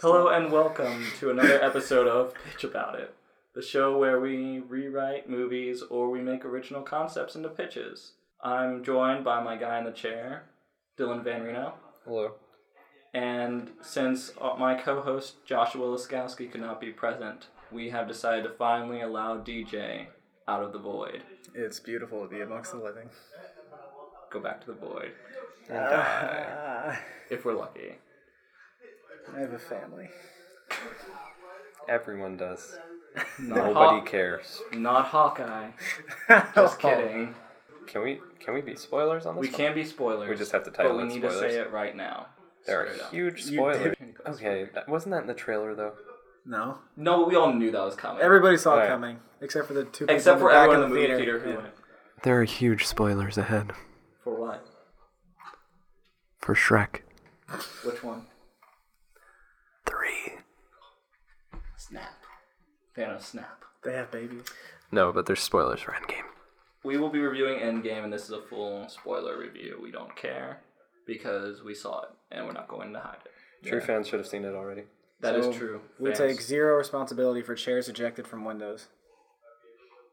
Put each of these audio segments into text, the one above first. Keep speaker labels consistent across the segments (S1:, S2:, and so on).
S1: Hello and welcome to another episode of Pitch About It, the show where we rewrite movies or we make original concepts into pitches. I'm joined by my guy in the chair, Dylan Van Reno,
S2: Hello.
S1: and since uh, my co host Joshua Laskowski could not be present, we have decided to finally allow DJ out of the void.
S2: It's beautiful to be amongst the living.
S1: Go back to the void,
S3: uh,
S2: Ah,
S1: if we're lucky.
S2: I have a family.
S3: Everyone does.
S1: Not
S3: Nobody
S1: Haw-
S3: cares.
S1: Not Hawkeye.
S2: Just
S1: Just kidding.
S3: Can we can we be spoilers on this?
S1: We
S3: one?
S1: can be spoilers.
S3: We just have to
S1: But
S3: title
S1: we
S3: it
S1: need to
S3: spoilers.
S1: say it right now.
S3: There
S1: Straight
S3: are
S1: up.
S3: huge
S2: You did-
S3: spoilers.
S1: Can you go
S3: Okay, that, wasn't that in the trailer though?
S2: No.
S1: No, we all knew that was coming.
S2: Everybody saw it
S3: Alright.
S2: coming, except for the two people
S1: Except
S2: in the
S1: for
S2: back
S1: everyone
S2: of
S1: in the movie theater, who
S2: Yeah.
S1: went.
S3: There are huge spoilers ahead
S1: For what?
S3: for Shrek
S1: Which one?
S3: three.
S1: Snap. Thanos snap.
S2: They have babies.
S3: No, but there's spoilers for Endgame.
S1: We will be reviewing Endgame, and this is a full spoiler review. We don't care because we saw it, and we're not going to hide it.
S3: True fans should have seen it already.
S1: That is
S2: So,
S1: true.
S2: We
S1: fans.
S2: take zero responsibility for chairs ejected from windows.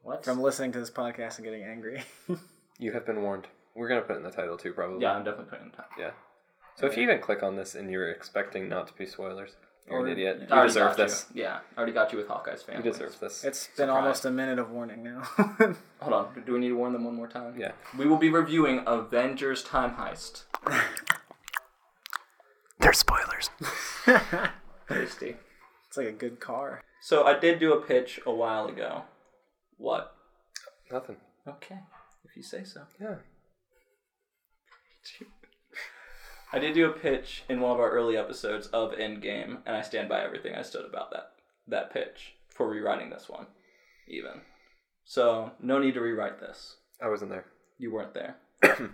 S1: what?
S2: From listening to this podcast and getting angry.
S3: You have been warned. We're gonna put it in the title too, probably.
S1: yeah, I'm definitely putting it in time.
S3: Yeah. So if you even click on this and you're expecting not to be spoilers, you're
S2: Or-
S3: an idiot.
S1: I
S3: You
S1: already
S3: deserve
S1: got
S3: this.
S1: You. Yeah, I already got you with Hawkeye's family.
S3: You deserve this.
S2: It's been almost a minute of warning now.
S1: Hold on. Do we need to warn them one more time?
S3: Yeah.
S1: We will be reviewing Avengers Time Heist.
S3: There's spoilers.
S1: Tasty.
S2: it's like a good car.
S1: So I did do a pitch a while ago. What?
S3: Nothing.
S1: Okay, if you say so.
S3: Yeah.
S1: I did do a pitch in one of our early episodes of Endgame, and I stand by everything I said about that that pitch for rewriting this one, even. So no need to rewrite this.
S3: I wasn't there.
S1: You weren't there. I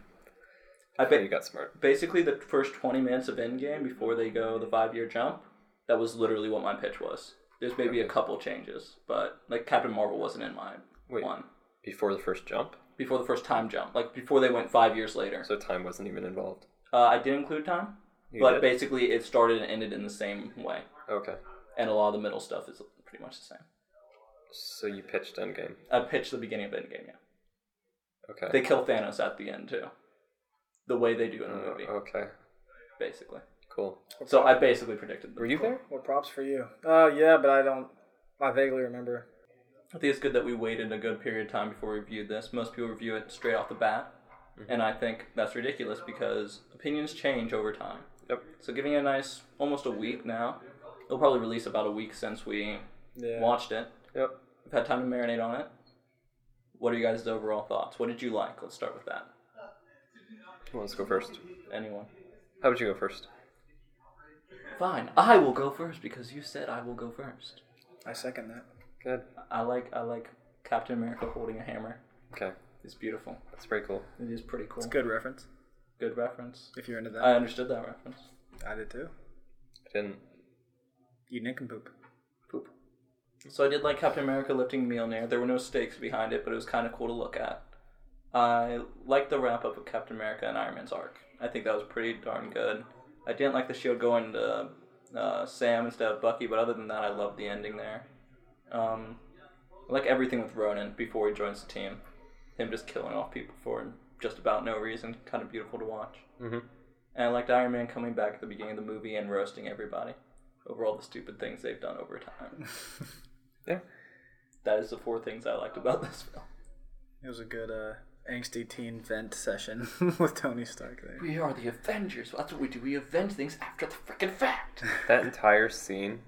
S3: But you
S1: bet.
S3: got smart.
S1: Basically, the first twenty minutes of Endgame before they go the five year jump, that was literally what my pitch was. There's maybe a couple changes, but like Captain Marvel wasn't in my
S3: Wait.
S1: one
S3: Before the first jump,
S1: before the first time jump, like before they went five years later.
S3: so time wasn't even involved.
S1: Uh, I did include time,
S3: You
S1: but
S3: did?
S1: basically it started and ended in the same way,
S3: Okay.
S1: and a lot of the middle stuff is pretty much the same.
S3: So you pitched Endgame.
S1: I pitched the beginning of Endgame. Yeah,
S3: Okay.
S1: they kill Thanos at the end too, the way they do in the
S3: Uh,
S1: movie,
S3: okay.
S1: basically.
S3: Cool.
S1: So I basically predicted.
S3: Were
S1: Them.
S3: you there?
S2: Well, props for you. Oh, yeah, but I don't. I vaguely remember.
S1: I think it's good that we waited a good period of time before we reviewed this. Most people review it straight off the bat,
S3: Mm-hmm.
S1: and I think that's ridiculous because opinions change over time.
S3: Yep.
S1: So giving it a nice, almost a week now. It'll probably release about a week since we
S2: Yeah.
S1: watched it.
S3: Yep.
S1: We've had time to marinate on it. What are you guys' overall thoughts? What did you like? Let's start with that.
S3: Well, let's go first.
S1: Anyone?
S3: How would you go first?
S1: Fine. I will go first because you said I will go first.
S2: I second that.
S3: Good.
S1: I like I like Captain America holding a hammer.
S3: Okay.
S1: It's beautiful.
S3: That's pretty cool.
S1: It is pretty cool.
S2: It's a good reference,
S1: Good reference.
S2: if you're into that.
S1: I understood that reference.
S2: I did too.
S3: I didn't.
S2: You nick and poop.
S1: Poop. So I did like Captain America lifting Mjolnir. There were no stakes behind it, but it was kind of cool to look at. I liked the wrap up of Captain America and Iron Man's arc. I think that was pretty darn good. I didn't like the shield going to uh, Sam instead of Bucky, but other than that, I loved the ending there. Um, I like everything with Ronan before he joins the team. Him just killing off people for just about no reason. Kind of beautiful to watch.
S3: Mhm.
S1: And I liked Iron Man coming back at the beginning of the movie and roasting everybody over all the stupid things they've done over time.
S3: Yeah.
S1: That is the four things I liked about this film.
S2: It was a good uh, angsty teen vent session with Tony Stark there.
S1: We are the Avengers. That's what we do. We avenge things after the freaking fact.
S3: That entire scene,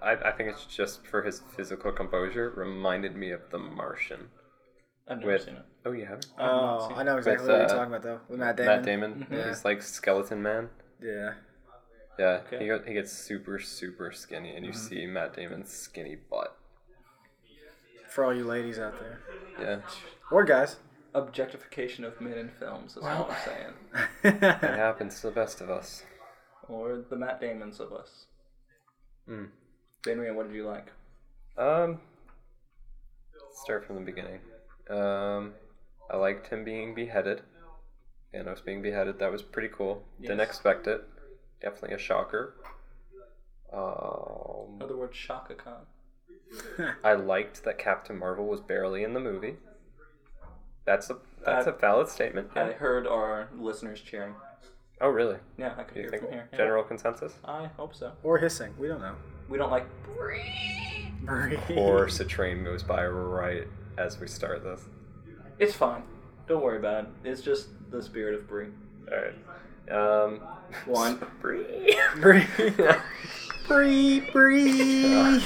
S3: I, I think it's just for his physical composure, reminded me of The Martian.
S1: I've never
S3: With
S1: seen it.
S3: oh, you haven't?
S2: Oh, I know exactly
S3: With,
S2: what you're
S3: uh,
S2: talking about though. With Matt Damon.
S3: Matt Damon.
S1: Mm-hmm.
S2: Yeah.
S3: He's like Skeleton Man.
S2: Yeah.
S3: Yeah.
S1: Okay.
S3: He, go- he gets super super skinny, and you see Matt Damon's skinny butt.
S2: For all you ladies out there,
S3: Yeah.
S2: or guys.
S1: Objectification of men in films is all I'm saying.
S3: It happens to the best of us.
S1: Or the Matt Damons of us.
S3: Mm.
S1: Damien, what did you like?
S3: Um, start from the beginning. Um, I liked him being beheaded. Thanos being beheaded, that was pretty cool.
S1: Yes.
S3: Didn't expect it. Definitely a shocker. Um,
S1: Another word, Shaka Khan.
S3: I liked that Captain Marvel was barely in the movie. That's a that's a valid statement.
S1: I heard our listeners cheering.
S3: Oh, really?
S1: Yeah, I could
S3: Do
S1: hear
S3: you
S1: it
S3: think
S1: from here. yeah.
S3: general consensus
S1: I hope so.
S2: Or hissing. We don't know.
S1: We don't like.
S3: or Citrain goes by right as we start this?
S1: It's fine. Don't worry about it. It's just the spirit of Brie.
S3: All right. Um,
S1: One.
S3: Bree.
S2: Bree. Bree. Bree.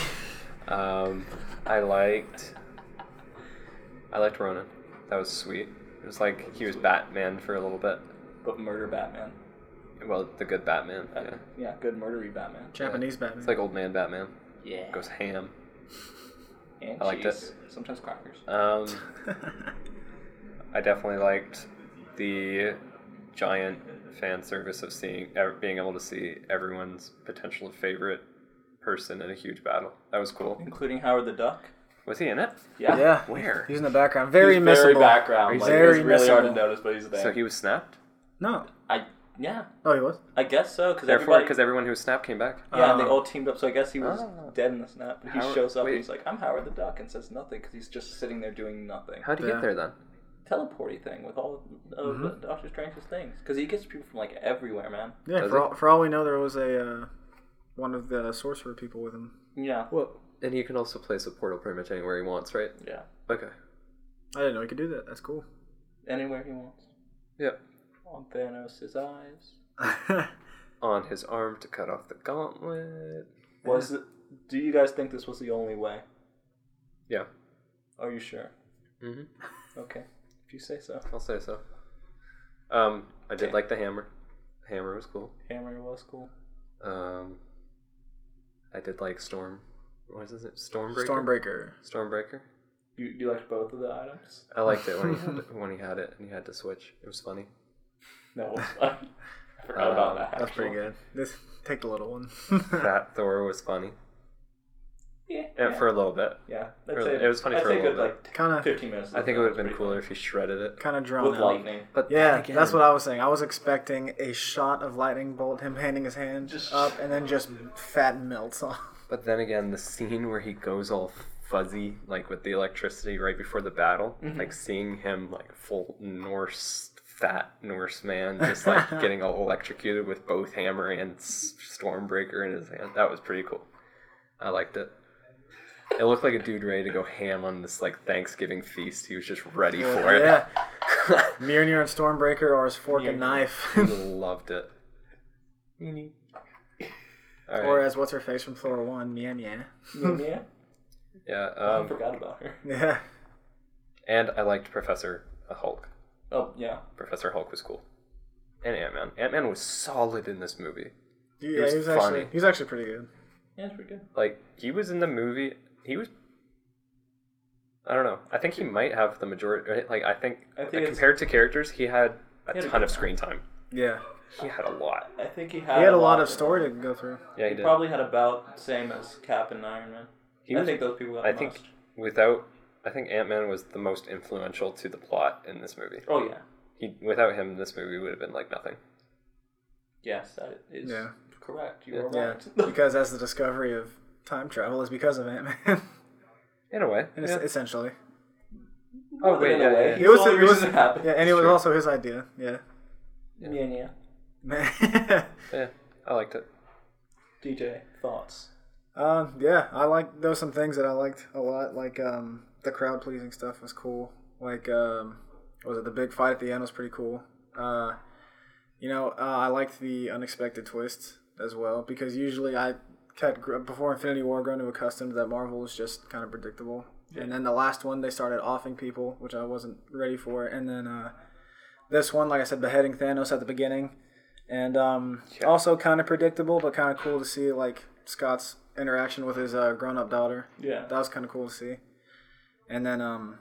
S3: um, I liked. I liked Ronan. That was sweet. It was like he was Batman for a little bit.
S1: But murder Batman.
S3: Well, the good Batman.
S1: Uh,
S3: Yeah.
S1: yeah, good murdery Batman.
S2: Japanese Batman.
S3: It's like old man Batman.
S1: Yeah.
S3: Goes ham.
S1: And
S3: I liked
S1: cheese. Sometimes crackers.
S3: Um, I definitely liked the giant fan service of seeing er, being able to see everyone's potential favorite person in a huge battle. That was cool.
S1: Including Howard the Duck.
S3: Was he in it?
S1: Yeah.
S2: yeah.
S3: Where?
S2: He's in the background. Very
S1: He's
S2: missable.
S1: very background.
S2: He's
S1: Like,
S2: very
S1: it was really hard to
S2: missable.
S1: notice, but he's there.
S3: So he was snapped.
S2: No.
S1: I yeah,
S2: Oh, he was.
S1: I guess so. Because
S3: Therefore,
S1: everybody,
S3: because everyone who was snapped came back.
S1: yeah,
S2: Oh.
S1: they all teamed up. So I guess he was
S3: Oh.
S1: dead in the snap. But he
S3: Howard-
S1: shows up
S3: wait.
S1: and he's like, "I'm Howard the Duck," and says nothing because he's just sitting there doing nothing.
S3: How'd he
S2: Yeah.
S3: get there then?
S1: Teleporty thing with all of
S2: Mhm.
S1: Doctor Strange's things because he gets people from like everywhere, man.
S2: Yeah.
S3: Does
S2: For
S3: he?
S2: all, for all we know, there was a uh, one of the sorcerer people with him.
S1: Yeah,
S3: Well, and he can also place a portal pretty much anywhere he wants, right?
S1: yeah,
S3: Okay.
S2: I didn't know he could do that. That's cool.
S1: anywhere he wants.
S3: Yep.
S1: On Thanos' eyes.
S3: On his arm to cut off the gauntlet.
S1: Was it, do you guys think this was the only way?
S3: Yeah.
S1: Are you sure?
S3: Mm-hmm.
S1: Okay, if you say so.
S3: I'll say so. Um, I did
S1: Okay.
S3: like the hammer. The hammer was cool.
S1: Hammer was cool.
S3: Um, I did like storm. What is it? Stormbreaker.
S2: Stormbreaker.
S3: Stormbreaker.
S1: You you liked both of the items?
S3: I liked it when he had when he had it and he had to switch. It was funny.
S1: No, I forgot
S3: Uh,
S1: about that.
S2: That's pretty
S1: actually.
S2: good. This take the little one.
S3: That Thor was funny
S1: Yeah.
S3: and for a little bit.
S1: yeah.
S3: for- it was funny
S1: I'd
S3: for a
S1: say
S3: little
S1: good,
S3: bit.
S1: Like,
S2: Kinda-
S1: 15 minutes.
S3: I
S1: of
S3: think
S1: the film
S3: it would have
S1: was
S3: been
S1: pretty
S3: cooler if he shredded it.
S2: kind of
S1: funny.
S2: drawn
S1: With
S2: out.
S1: lightning.
S3: But
S2: Yeah,
S3: then again,
S2: that's what I was saying. I was expecting a shot of lightning bolt, him handing his hand
S1: Just-
S2: up, and then just fat melts off.
S3: But then again, the scene where he goes all fuzzy, like with the electricity right before the battle,
S2: Mm-hmm.
S3: like seeing him like full Norse fat Norse man, just like getting all electrocuted with both hammer and s- stormbreaker in his hand. That was pretty cool. I liked it. It looked like a dude ready to go ham on this like Thanksgiving feast. He was just ready for it.
S2: yeah, Mjolnir and Stormbreaker or his fork and knife,
S3: Loved it. All right.
S2: or as what's her face from Flora One, Mia Mia.
S1: Mm, Yeah.
S3: yeah.
S1: I
S3: Um,
S1: forgot about her.
S2: Yeah,
S3: and I liked Professor Hulk.
S1: Oh yeah.
S3: Professor Hulk was cool. And Ant Man. Ant Man was solid in this movie.
S2: Dude, yeah,
S3: was
S2: he was
S3: funny.
S2: actually he was actually pretty good.
S1: Yeah, it's pretty good.
S3: Like, he was in the movie. He was. I don't know. I think he might have the majority. right? Like, I think,
S1: I think
S3: like,
S1: it's-
S3: compared to characters, he had a
S1: He had a
S3: ton
S1: good
S3: of screen time.
S2: Yeah,
S3: He had a lot.
S1: I think he had.
S2: he had a lot of story to go through.
S3: Yeah, he
S1: He
S3: did.
S1: probably had about same as Cap and Iron Man.
S3: He
S1: I
S3: was-
S1: think those people. Got
S3: I
S1: the
S3: think
S1: most.
S3: without. I think Ant Man was the most influential to the plot in this movie.
S1: Oh yeah.
S3: He, without him, this movie would have been like nothing.
S1: Yes, that is
S2: Yeah.
S1: correct. You are
S2: Yeah,
S1: right.
S2: because that's the discovery of time travel is because of Ant Man,
S3: In a way. yeah.
S2: essentially.
S3: oh, wait,
S1: in a
S3: yeah,
S1: way.
S3: yeah, yeah.
S1: It was the only reason it happened.
S2: Yeah, and it was also his idea. Yeah,
S1: Yeah. yeah, yeah.
S2: man.
S3: Yeah, I liked it.
S1: DJ thoughts.
S2: Um, yeah, I like there were some things that I liked a lot. Like um, the crowd pleasing stuff was cool. Like um, what was it the big fight at the end was pretty cool. Uh, you know, uh, I liked the unexpected twist as well because usually I had gr- before Infinity War grown to accustomed that Marvel was just kind of predictable. And then the last one they started offing people, which I wasn't ready for. And then uh, this one, like I said, beheading Thanos at the beginning and um, also kind of predictable, but kind of cool to see like Scott's interaction with his uh, grown-up daughter.
S1: Yeah.
S2: That was kind of cool to see. And then, um,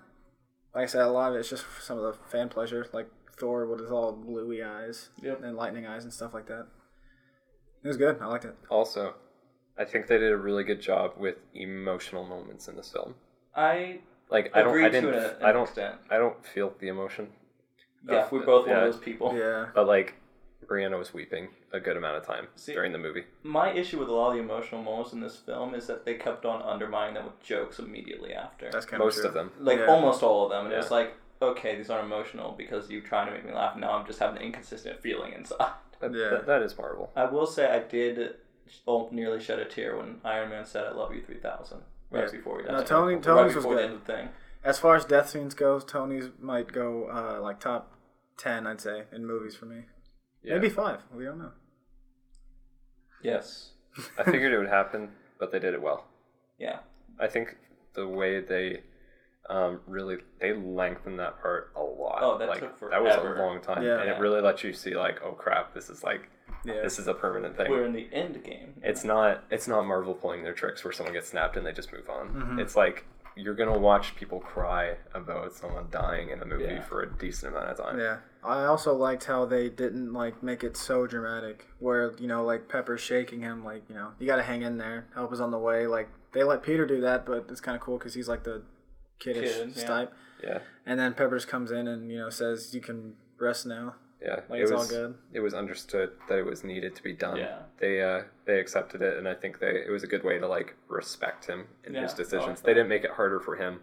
S2: like I said, a lot of it's just some of the fan pleasure, like Thor with his all bluey eyes
S1: Yep.
S2: and lightning eyes and stuff like that. It was good. I liked it.
S3: Also, I think they did a really good job with emotional moments in this film.
S1: I
S3: Like I don't, I
S1: Agreed to
S3: didn't,
S1: an- an
S3: I don't,
S1: extent.
S3: I don't feel the emotion,
S1: yeah, we're both one
S3: yeah.
S1: of those people.
S2: Yeah.
S3: but like Brianna was weeping a good amount of time
S1: See-
S3: during the movie.
S1: My issue with a lot of the emotional moments in this film is that they kept on undermining them with jokes immediately after.
S2: That's kind
S3: Most
S2: of true.
S3: of them.
S1: like
S2: Yeah.
S1: almost all of them, and it was
S3: Yeah.
S1: like, okay, these aren't emotional because you're trying to make me laugh. Now I'm just having an inconsistent feeling inside.
S3: That,
S2: Yeah.
S3: that- that is Marvel.
S1: I will say I did al- nearly shed a tear when Iron Man said, "I love you 3000 right
S2: Yeah.
S1: before we
S2: No,
S1: died.
S2: Tony,
S1: right
S2: Tony's was
S1: before the
S2: good.
S1: end of the thing.
S2: As far as death scenes goes, Tony's might go uh, like top ten, I'd say, in movies for me.
S3: Yeah.
S2: Maybe five. We don't know.
S1: Yes,
S3: I figured it would happen, but they did it well.
S1: yeah,
S3: I think the way they um, really they lengthened that part a lot.
S1: Oh, that
S3: like,
S1: took
S3: that was a
S1: forever.
S3: long time,
S2: Yeah.
S3: and it really lets you see like, oh crap, this is like
S2: Yeah.
S3: this is a permanent thing.
S1: we're in the end game.
S3: It's not it's not Marvel pulling their tricks where someone gets snapped and they just move on.
S2: Mm-hmm.
S3: It's like you're gonna watch people cry about someone dying in a movie
S1: Yeah.
S3: for a decent amount of time.
S2: Yeah. I also liked how they didn't like make it so dramatic where, you know, like Pepper's shaking him like, you know, you got to hang in there. Help is on the way. Like they let Peter do that, but it's kind of cool cuz he's like the kiddish
S1: Kid, yeah.
S2: type.
S3: Yeah.
S2: And then Pepper's comes in and, you know, says you can rest now.
S3: Yeah,
S2: Like,
S3: it
S2: it's all
S3: was
S2: good.
S3: it was understood that it was needed to be done.
S1: Yeah.
S3: They uh they accepted it, and I think they it was a good way to like respect him and his
S1: Yeah, I
S3: decisions.
S1: like
S3: they didn't make it harder for him.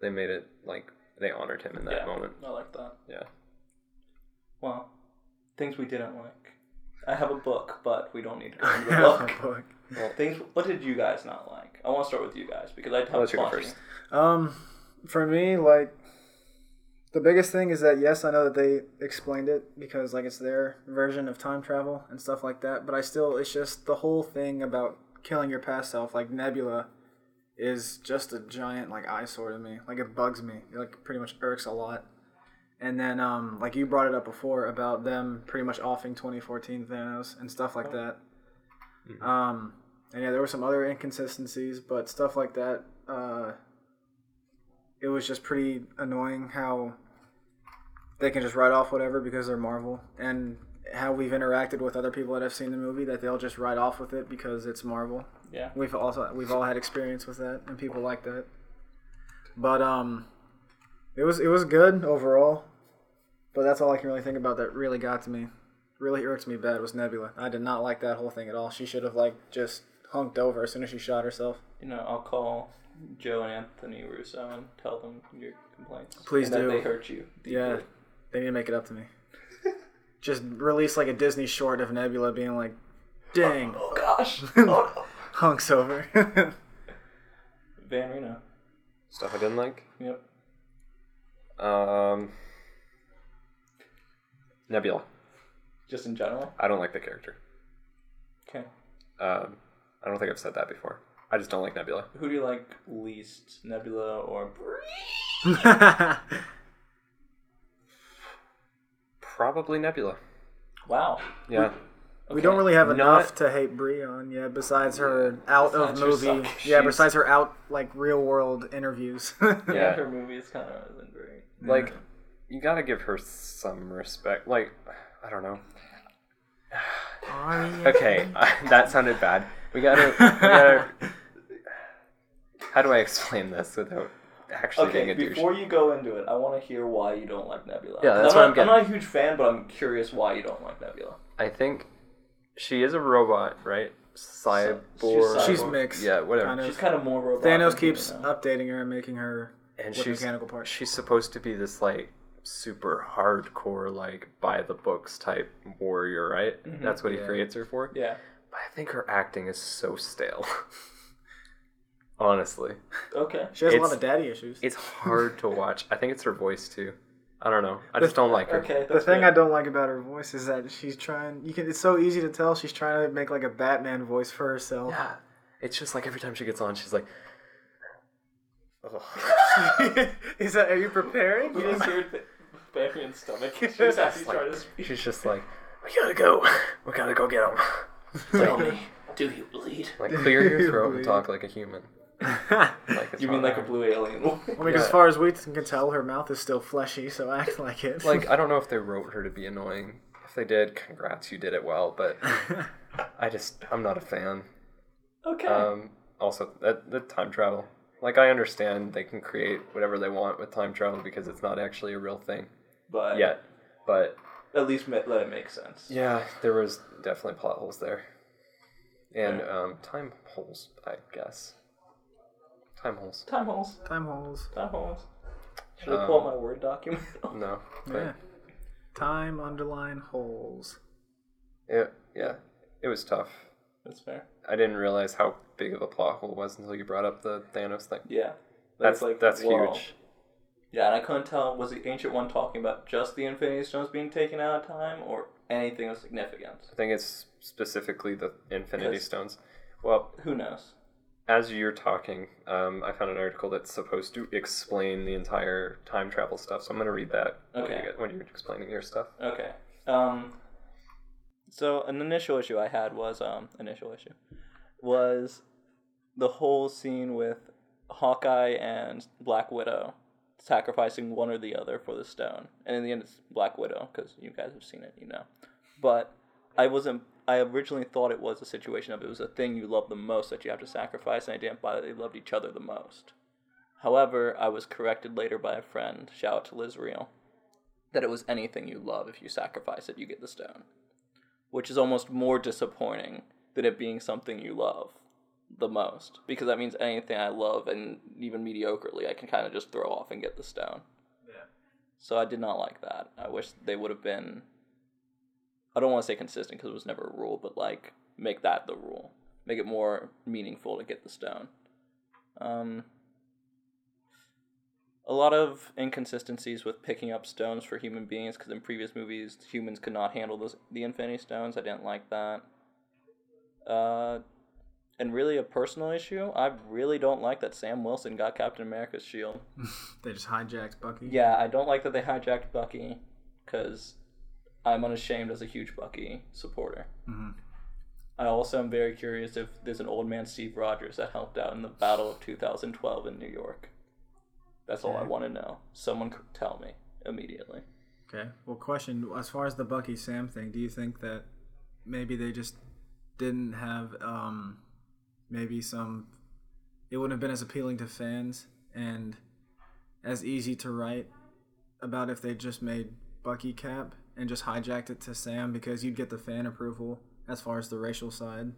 S3: They made it like they honored him in that
S1: yeah,
S3: moment.
S1: I like that.
S3: Yeah,
S1: Well, things we didn't like. I have a book, but we don't need to go into the book.
S2: Look.
S1: Things. What did you guys not like? I want to start with you guys because I have
S3: I'll let you go
S1: plenty.
S3: first.
S2: Um, for me, like the biggest thing is that yes, I know that they explained it because like it's their version of time travel and stuff like that. But I still, it's just the whole thing about killing your past self, like Nebula, is just a giant like eyesore to me. Like it bugs me. It, like pretty much irks a lot. And then, um, like you brought it up before about them pretty much offing 2014 Thanos and stuff like that. Um, and yeah, there were some other inconsistencies, but stuff like that. Uh, it was just pretty annoying how they can just write off whatever because they're Marvel and how we've interacted with other people that have seen the movie that they'll just write off with it because it's Marvel.
S1: Yeah.
S2: We've also we've all had experience with that and people like that. But um it was it was good overall. But that's all I can really think about that really got to me. Really irked me bad was Nebula. I did not like that whole thing at all. She should have like just hunked over as soon as she shot herself.
S1: You know, I'll call Joe and Anthony Russo and tell them your complaints.
S2: Please
S1: and
S2: do.
S1: That they hurt you. deeply.
S2: Yeah, they need to make it up to me. Just release like a Disney short of Nebula being like, "Dang,
S1: Oh gosh. Oh, no.
S2: hunks over."
S1: Van Reno.
S3: Stuff I didn't like.
S1: Yep.
S3: Um, Nebula.
S1: Just in general.
S3: I don't like the character.
S1: Okay.
S3: Um, I don't think I've said that before. I just don't like Nebula.
S1: Who do you like least, Nebula or
S3: Probably Nebula.
S1: Wow.
S3: Yeah.
S2: We don't really have
S3: Not-
S2: enough to hate Brie on, yeah. Besides her out of
S1: Besides her
S2: movie,
S1: suck.
S2: yeah.
S1: She's-
S2: Besides her out like real world interviews.
S3: Yeah.
S1: Yeah. Her movie is kind of isn't great.
S3: like you gotta give her some respect like i don't know okay that sounded bad we gotta, we gotta how do i explain this without actually
S1: Okay,
S3: being a douche
S1: before you go into it, I want to hear why you don't like Nebula.
S3: Yeah, that's
S1: I'm
S3: what
S1: not,
S3: I'm
S1: I'm not a huge fan, but I'm curious why you don't like Nebula.
S3: i think she is a robot right cyborg
S1: she's
S2: She's
S1: cyborg.
S2: mixed.
S3: yeah whatever
S2: Kind
S1: She's kind of more robot.
S2: Thanos
S1: than
S2: keeps
S1: human, though.
S2: updating her and making her.
S3: and
S2: with
S3: she's
S2: mechanical parts.
S3: she's supposed to be this like super hardcore like by the books type warrior right that's what he
S2: Yeah.
S3: creates her for
S1: Mm-hmm. Yeah.
S3: But I think her acting is so stale. Honestly,
S1: Okay.
S2: She has a lot
S3: It's-
S2: of daddy issues.
S3: it's hard to watch. I think it's her voice too. I don't know. I just don't like her.
S1: Okay.
S2: The
S1: That's
S2: thing
S1: good.
S2: I don't like about her voice is that she's trying. You can. It's so easy to tell she's trying to make like a Batman voice for herself.
S3: Yeah, it's just like every time she gets on, she's like, Ugh.
S2: is that? Are you preparing?
S1: You just hear Th- Banfian's stomach. She's actually trying to speak.
S3: she's just like, we gotta go. We gotta go get him.
S1: Tell me, do you bleed?
S3: Like clear your throat and talk like a human. Like it's
S1: You mean
S3: not
S1: like a
S3: hard.
S1: blue alien?
S2: I mean,
S3: Yeah.
S2: as far as we can tell, her mouth is still fleshy, so act like it.
S3: Like I don't know if they wrote her to be annoying. If they did, congrats, you did it well. But I just I'm not a fan.
S1: okay.
S3: Um, also, that the time travel. Like I understand they can create whatever they want with time travel because it's not actually a real thing
S1: but
S3: yet. But
S1: at least ma- let it make sense.
S3: Yeah, there was definitely plot holes there, and um, time holes, I guess. Time holes.
S1: Time holes.
S2: Time holes.
S1: Time holes. Should I pull
S3: Um,
S1: up my word document?
S3: No, but
S2: Yeah. Time underline holes.
S3: it, yeah, it was tough.
S1: That's fair.
S3: I didn't realize how big of a plot hole it was until you brought up the Thanos thing.
S1: Yeah.
S3: That's that's
S1: whoa.
S3: huge.
S1: Yeah, and I couldn't tell was the ancient one talking about just the Infinity Stones being taken out of time or anything of significance.
S3: I think it's specifically the Infinity
S1: Yes.
S3: Stones. Well,
S1: Who knows?
S3: as you're talking, um, I found an article that's supposed to explain the entire time travel stuff. So I'm going to read that when, you
S1: Okay.
S3: get, when you're explaining your stuff.
S1: Okay. Um. So an initial issue I had was um initial issue was the whole scene with Hawkeye and Black Widow sacrificing one or the other for the stone, and in the end it's Black Widow because you guys have seen it, you know. But I wasn't. I originally thought it was a situation of it was a thing you love the most that you have to sacrifice, and I didn't buy that they loved each other the most. However, I was corrected later by a friend. Shout out to Liz Reel that it was anything you love. If you sacrifice it, you get the stone, which is almost more disappointing than it being something you love the most, because that means anything I love and even mediocrely, I can kind of just throw off and get the stone.
S2: Yeah.
S1: So I did not like that. I wish they would have been. I don't want to say consistent because it was never a rule, but like make that the rule. Make it more meaningful to get the stone. Um, a lot of inconsistencies with picking up stones for human beings because in previous movies humans could not handle those, the infinity stones i didn't like that uh, and really a personal issue i really don't like that sam wilson got captain america's shield
S2: They just hijacked Bucky.
S1: yeah i don't like that they hijacked bucky because i'm unashamed as a huge bucky supporter
S2: Mhm.
S1: i also am very curious if there's an old man steve rogers that helped out in the battle of 2012 in new york that's all i
S2: Okay.
S1: want to know someone c- tell me immediately
S2: Okay. Well, question as far as the Bucky Sam thing, do you think that maybe they just didn't have um maybe some it wouldn't have been as appealing to fans and as easy to write about if they just made Bucky Cap and just hijacked it to Sam because you'd get the fan approval as far as the racial side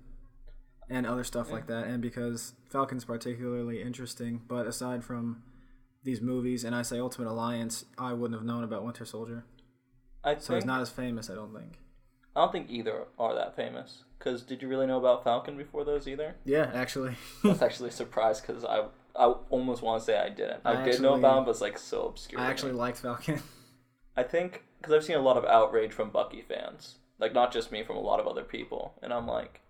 S2: and other stuff like that and because Falcon's particularly interesting, but aside from these movies and I say Ultimate Alliance, I wouldn't have known about Winter Soldier.
S1: I think,
S2: So he's not as famous, I don't think.
S1: I don't think either are that famous. Cause did you really know about Falcon before those either?
S2: Yeah, actually.
S1: That's actually a surprise. Cause I I almost want to say I didn't. I,
S2: I
S1: did know
S2: actually-
S1: about him, but it's like so obscure.
S2: I
S1: to
S2: actually
S1: me.
S2: liked Falcon.
S1: I think because I've seen a lot of outrage from Bucky fans, like not just me, from a lot of other people, and I'm like,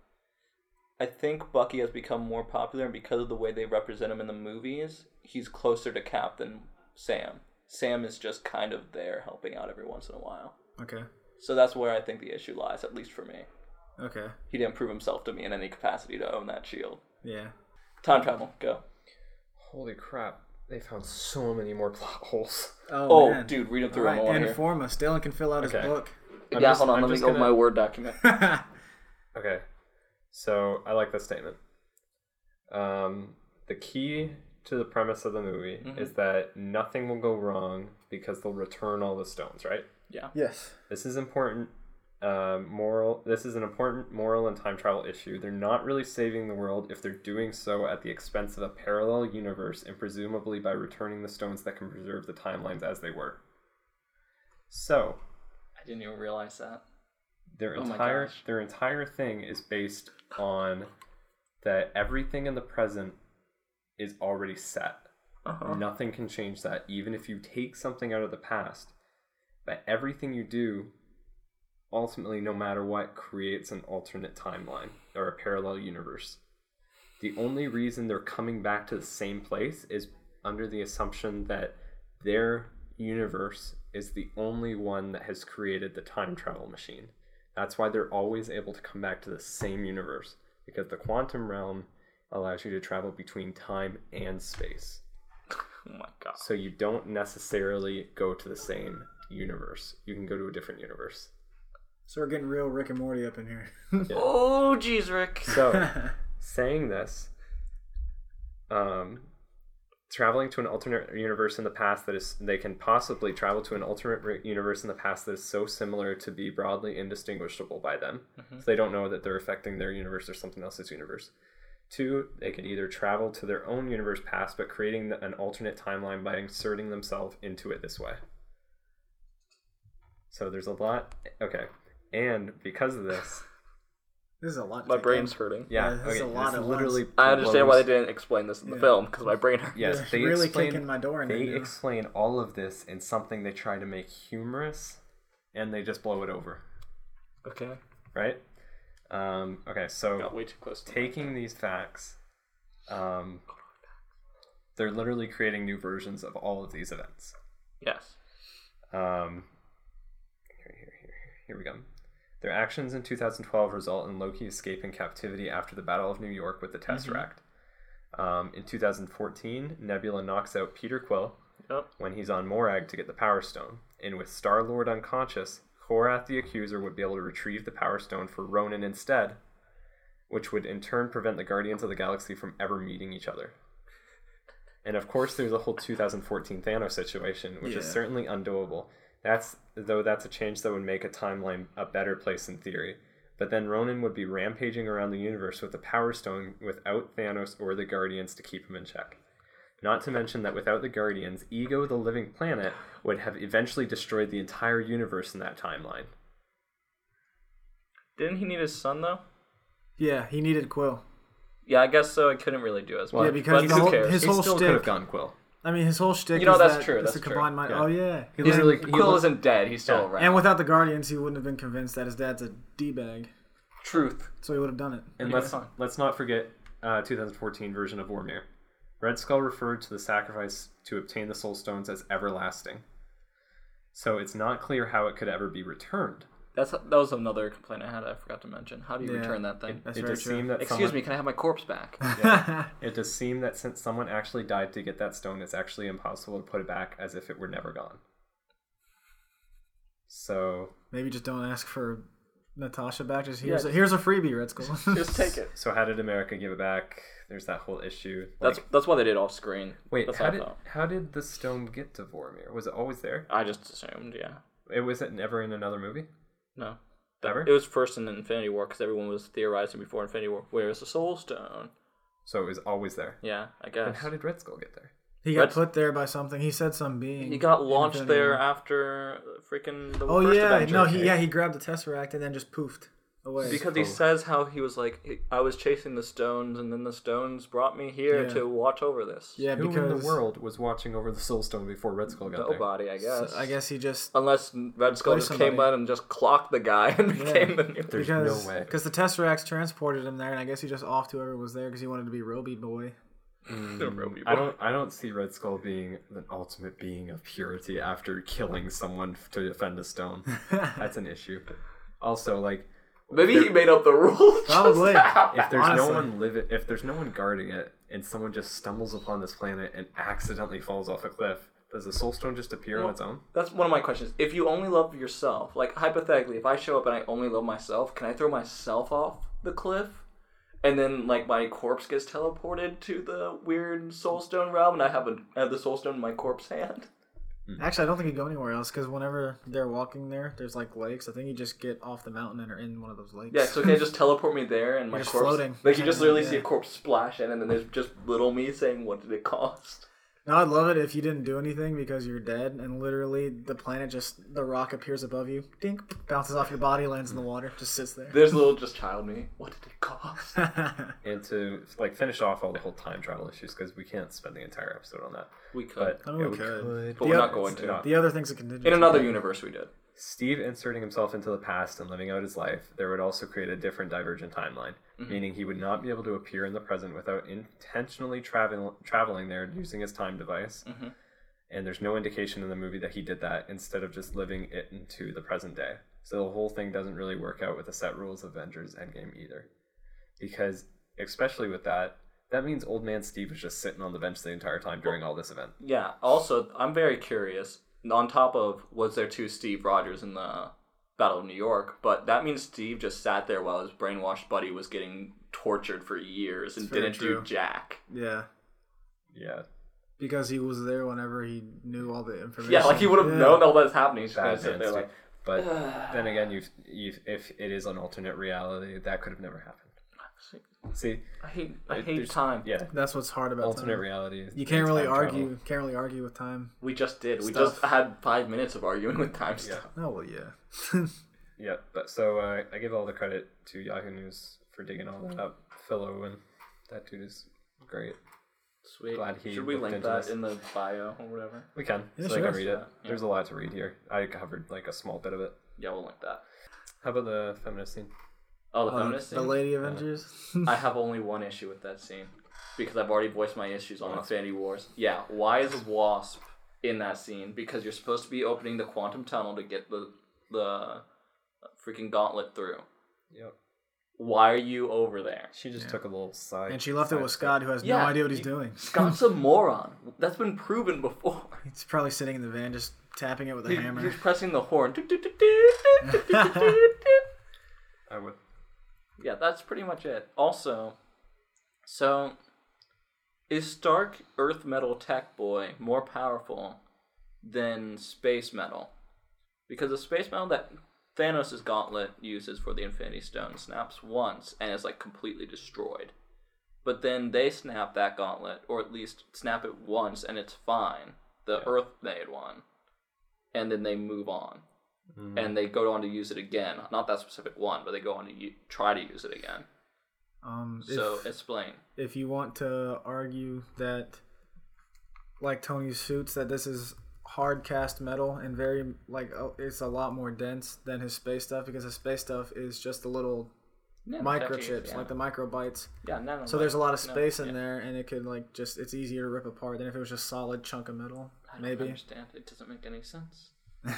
S1: I think Bucky has become more popular, and because of the way they represent him in the movies, he's closer to Cap than Sam. Sam is just kind of there helping out every once in a while.
S2: Okay.
S1: So that's where I think the issue lies, at least for me.
S2: Okay.
S1: he didn't prove himself to me in any capacity to own that shield.
S2: Yeah.
S1: Time travel, go.
S3: Holy crap. They found so many more plot holes.
S1: Oh,
S2: man.
S1: dude, read him
S2: All
S1: through
S2: right,
S1: them all here.
S2: inform us. Dylan can fill out
S3: Okay.
S2: his book.
S1: yeah,
S3: I'm just-
S1: hold on,
S3: I'm
S1: let me
S3: just
S1: go to my
S3: gonna-
S1: Word document.
S3: Okay. So I like this statement. Um, the key to the premise of the movie is that nothing will go wrong because they'll return all the stones, right?
S1: yeah.
S2: yes.
S3: This is important. Uh, moral. This is an important moral and time travel issue. They're not really saving the world if they're doing so at the expense of a parallel universe, and presumably by returning the stones that can preserve the timelines as they were. So
S1: I didn't even realize that.
S3: their
S1: Oh my
S3: entire
S1: gosh.
S3: their entire thing is based on that everything in the present is already set.
S1: Uh-huh.
S3: Nothing can change that, even if you take something out of the past. But everything you do, ultimately, no matter what, creates an alternate timeline or a parallel universe. The only reason they're coming back to the same place is under the assumption that their universe is the only one that has created the time travel machine. That's why they're always able to come back to the same universe, because the quantum realm allows you to travel between time and space
S1: Oh my god.
S3: so you don't necessarily go to the same universe. You can go to a different universe.
S2: So we're getting real Rick and Morty up in here.
S1: Oh, jeez, Rick.
S3: So, saying this, um, traveling to an alternate universe in the past that is they can possibly travel to an alternate re- universe in the past that is so similar to be broadly indistinguishable by them so they don't know that they're affecting their universe or something else's universe two they could either travel to their own universe past but creating the- an alternate timeline by inserting themselves into it this way so there's a lot okay and because of this
S2: This is a lot. to
S1: My
S2: take
S1: brain's
S2: in.
S1: hurting.
S3: yeah,
S2: Yeah, this is
S3: okay,
S2: a lot
S3: this
S2: at
S3: literally
S1: I understand why
S3: blows-
S1: they didn't explain this in the
S2: Yeah.
S1: film because my brain hurts.
S3: Yes,
S2: You're
S3: they
S2: really
S3: explain,
S2: kicking my door in
S3: They
S2: there, dude.
S3: explain all of this in something they try to make humorous, and they just blow it over,
S1: Okay.
S3: right? Um, okay, so
S1: Got way too close. To
S3: taking these facts, um, they're literally creating new versions of all of these events.
S1: yes.
S3: Um, here, here, here, here we go. Their actions in 2012 result in Loki escaping captivity after the Battle of New York with the Tesseract. Um, in 2014, Nebula knocks out Peter Quill
S1: Yep.
S3: when he's on Morag to get the Power Stone, and with Star Lord unconscious, Korath the Accuser would be able to retrieve the Power Stone for Ronan instead, which would in turn prevent the Guardians of the Galaxy from ever meeting each other. And of course, there's a whole 2014 Thanos situation, which is
S2: Yeah.
S3: certainly undoable. That's though that's a change that would make a timeline a better place in theory. But then Ronan would be rampaging around the universe with the Power Stone without Thanos or the Guardians to keep him in check. Not to mention that without the Guardians, Ego the Living Planet would have eventually destroyed the entire universe in that timeline.
S1: Didn't he need his son though?
S2: Yeah, he needed Quill.
S1: Yeah, I guess so. I couldn't really do as much.
S2: yeah, because
S1: but
S2: the
S1: who
S2: whole,
S1: cares?
S2: his
S3: he
S2: whole
S3: still could have
S2: shtick.
S3: gotten Quill.
S2: I mean, his whole shtick.
S1: You know,
S2: is
S1: that's
S2: that
S1: true,
S2: It's
S1: that's
S2: a
S1: true.
S2: combined mind.
S3: Yeah.
S2: Oh yeah.
S3: He
S2: And-
S3: literally he
S1: Quill
S3: li-
S1: isn't dead. He's still
S3: Yeah.
S1: around.
S2: And without the Guardians, he wouldn't have been convinced that his dad's a d bag,
S1: Truth.
S2: so he would have done it.
S3: And
S1: Yeah,
S3: let's
S1: fine.
S3: let's not forget uh, 2014 version of Vormir. Red Skull referred to the sacrifice to obtain the Soul Stones as everlasting. So it's not clear how it could ever be returned.
S1: That's that was another complaint I had. I forgot to mention. How do you
S2: Yeah.
S1: return that thing?
S2: That's
S3: it
S2: very
S3: does
S2: true.
S3: seem that
S1: Excuse
S3: someone-
S1: me. Can I have my corpse back?
S3: It does seem that since someone actually died to get that stone, it's actually impossible to put it back as if it were never gone. So,
S2: Maybe just don't ask for Natasha back. Just here's a, here's a freebie, Red Skull.
S1: Just take it.
S3: so how did America give it back? There's that whole issue.
S1: That's
S3: Like,
S1: that's why they did off screen.
S3: wait,
S1: that's
S3: how
S1: what I
S3: did
S1: thought.
S3: how did the stone get to Vormir? Was it always there?
S1: I just assumed. Yeah.
S3: It was it never in another movie.
S1: No.
S3: Ever?
S1: It was first in Infinity War because everyone was theorizing before Infinity War. Where's the Soul Stone?
S3: So it was always there.
S1: Yeah, I
S3: And
S1: guess.
S3: how did Red Skull get there?
S2: he got
S1: Red-
S2: put there by something. He said some being.
S1: He got launched
S2: Infinity
S1: there
S2: War.
S1: after freaking the
S2: Oh
S1: first
S2: yeah,
S1: Avenger.
S2: no, he yeah he grabbed the tesseract and then just poofed away.
S1: Because he says how he was like, I was chasing the stones, and then the stones brought me here
S2: Yeah.
S1: to watch over this.
S2: yeah,
S3: Who
S2: because
S3: in the world was watching over the Soul Stone before Red Skull got there?
S1: Nobody, I guess.
S2: I guess he just
S1: Unless Red Skull just came
S2: somebody.
S1: in and just clocked the guy and became the new.
S3: There's
S2: because
S3: no way.
S2: because the tesseract transported him there, and I guess he just offed whoever was there because he wanted to be Roby boy.
S3: I don't. I don't see Red Skull being an ultimate being of purity after killing someone f- to defend a stone. That's an issue. Also, like
S1: Maybe he made up the rules.
S2: Probably.
S3: if there's no
S2: Honestly.
S3: one live if there's no one guarding it, and someone just stumbles upon this planet and accidentally falls off a cliff, does the Soul Stone just appear on its own?
S1: That's one of my questions. If you only love yourself, like hypothetically, if I show up and I only love myself, can I throw myself off the cliff? And then, like, my corpse gets teleported to the weird soulstone realm, and I have, a, I have the soulstone in my corpse hand.
S2: Actually, I don't think he'd go anywhere else because whenever they're walking there, there's like lakes. I think you just get off the mountain and are in one of those lakes.
S1: Yeah, so can I just teleport me there and my
S2: just
S1: corpse?
S2: floating.
S1: Like, you just literally see a
S2: Yeah.
S1: corpse splash in, and then there's just little me saying, What did it cost?
S2: No, I'd love it if you didn't do anything because you're dead, and literally the planet just the rock appears above you, dink, bounces off your body, lands in the water, just sits there.
S1: There's little just child me. What did it cost?
S3: And to like finish off all the whole time travel issues because we can't spend the entire episode on that.
S1: We could.
S3: But
S2: Oh,
S3: yeah,
S2: we could.
S1: But
S2: The
S1: we're
S2: oth-
S1: not going to.
S2: The other thing's a contingency.
S1: In another universe, we did.
S3: Steve inserting himself into the past and living out his life, there would also create a different divergent timeline, meaning he would not be able to appear in the present without intentionally travel- traveling there using his time device. And there's no indication in the movie that he did that instead of just living it into the present day. So the whole thing doesn't really work out with the set rules of Avengers Endgame either. Because, especially with that, that means old man Steve was just sitting on the bench the entire time during all this event.
S1: Yeah. Also, I'm very curious. On top of was there two Steve Rogers in the Battle of New York, but that means Steve just sat there while his brainwashed buddy was getting tortured for years and
S2: very
S1: didn't
S2: true.
S1: do jack.
S2: Yeah.
S3: Yeah.
S2: because he was there whenever he knew all the information.
S1: Yeah, like he would have
S2: Yeah.
S1: known all that's happening. He's just gonna sit
S3: Batman's
S1: there
S3: too.
S1: like,
S3: but then again, you've, you've, if it is an alternate reality, that could have never happened. See,
S1: I hate, I
S3: It-
S1: hate
S3: there's-
S1: time.
S3: yeah,
S2: That's what's hard about
S3: alternate
S2: time.
S3: reality. is-
S2: Uh, You can't
S3: is
S2: really
S3: time
S2: argue.
S3: travel.
S2: Can't really argue with time.
S1: We just did. We
S2: Stuff.
S1: just had five minutes of arguing with time stuff.
S2: Oh well, yeah.
S3: Yeah, but so uh, I give all the credit to Yahoo News for digging all that up. Phil Owen, that dude is great.
S1: Sweet.
S3: Glad he
S1: Should we
S3: looked
S1: link
S3: into
S1: that
S3: this.
S1: in the bio or whatever?
S3: We can,
S2: Yeah,
S3: so I can
S2: sure.
S3: read it. There's a lot to read here. I covered like a small bit of it.
S1: Yeah, we'll link that.
S3: How about the feminist scene?
S1: Oh, the
S2: Um,
S1: feminist
S2: the
S1: scene?
S2: Lady Avengers.
S1: I have only one issue with that scene because I've already voiced my issues on Infinity Wars. Yeah, why is Wasp in that scene? Because you're supposed to be opening the quantum tunnel to get the the freaking gauntlet through.
S3: Yep.
S1: Why are you over there?
S3: She just took a little side.
S2: and she left it with Scott, who has
S1: Yeah,
S2: no idea what he's
S1: you-
S2: doing.
S1: Scott's a moron. That's been proven before.
S2: He's probably sitting in the van, just tapping it with a
S1: He-
S2: hammer.
S1: He's pressing the horn.
S3: I would.
S1: yeah, that's pretty much it. Also, so is Stark Earth Metal Tech Boy more powerful than Space Metal? Because the Space Metal that Thanos' gauntlet uses for the Infinity Stone snaps once and is like completely destroyed. But then they snap that gauntlet, or at least snap it once, and it's fine. The Earth made one. And then they move on
S2: Mm.
S1: and they go on to use it again. Not that specific one, but they go on to u- try to use it again.
S2: Um, if,
S1: So explain.
S2: if you want to argue that, like Tony's suits, that this is hard cast metal and very like oh, it's a lot more dense than his space stuff because his space stuff is just the little
S1: Yeah,
S2: microchips,
S1: yeah.
S2: like the microbytes.
S1: yeah, no, no,
S2: So there's a lot of
S1: no,
S2: space
S1: yeah.
S2: in there, and it could like just it's easier to rip apart than if it was just solid chunk of metal,
S1: I don't
S2: maybe
S1: understand. It doesn't make any sense.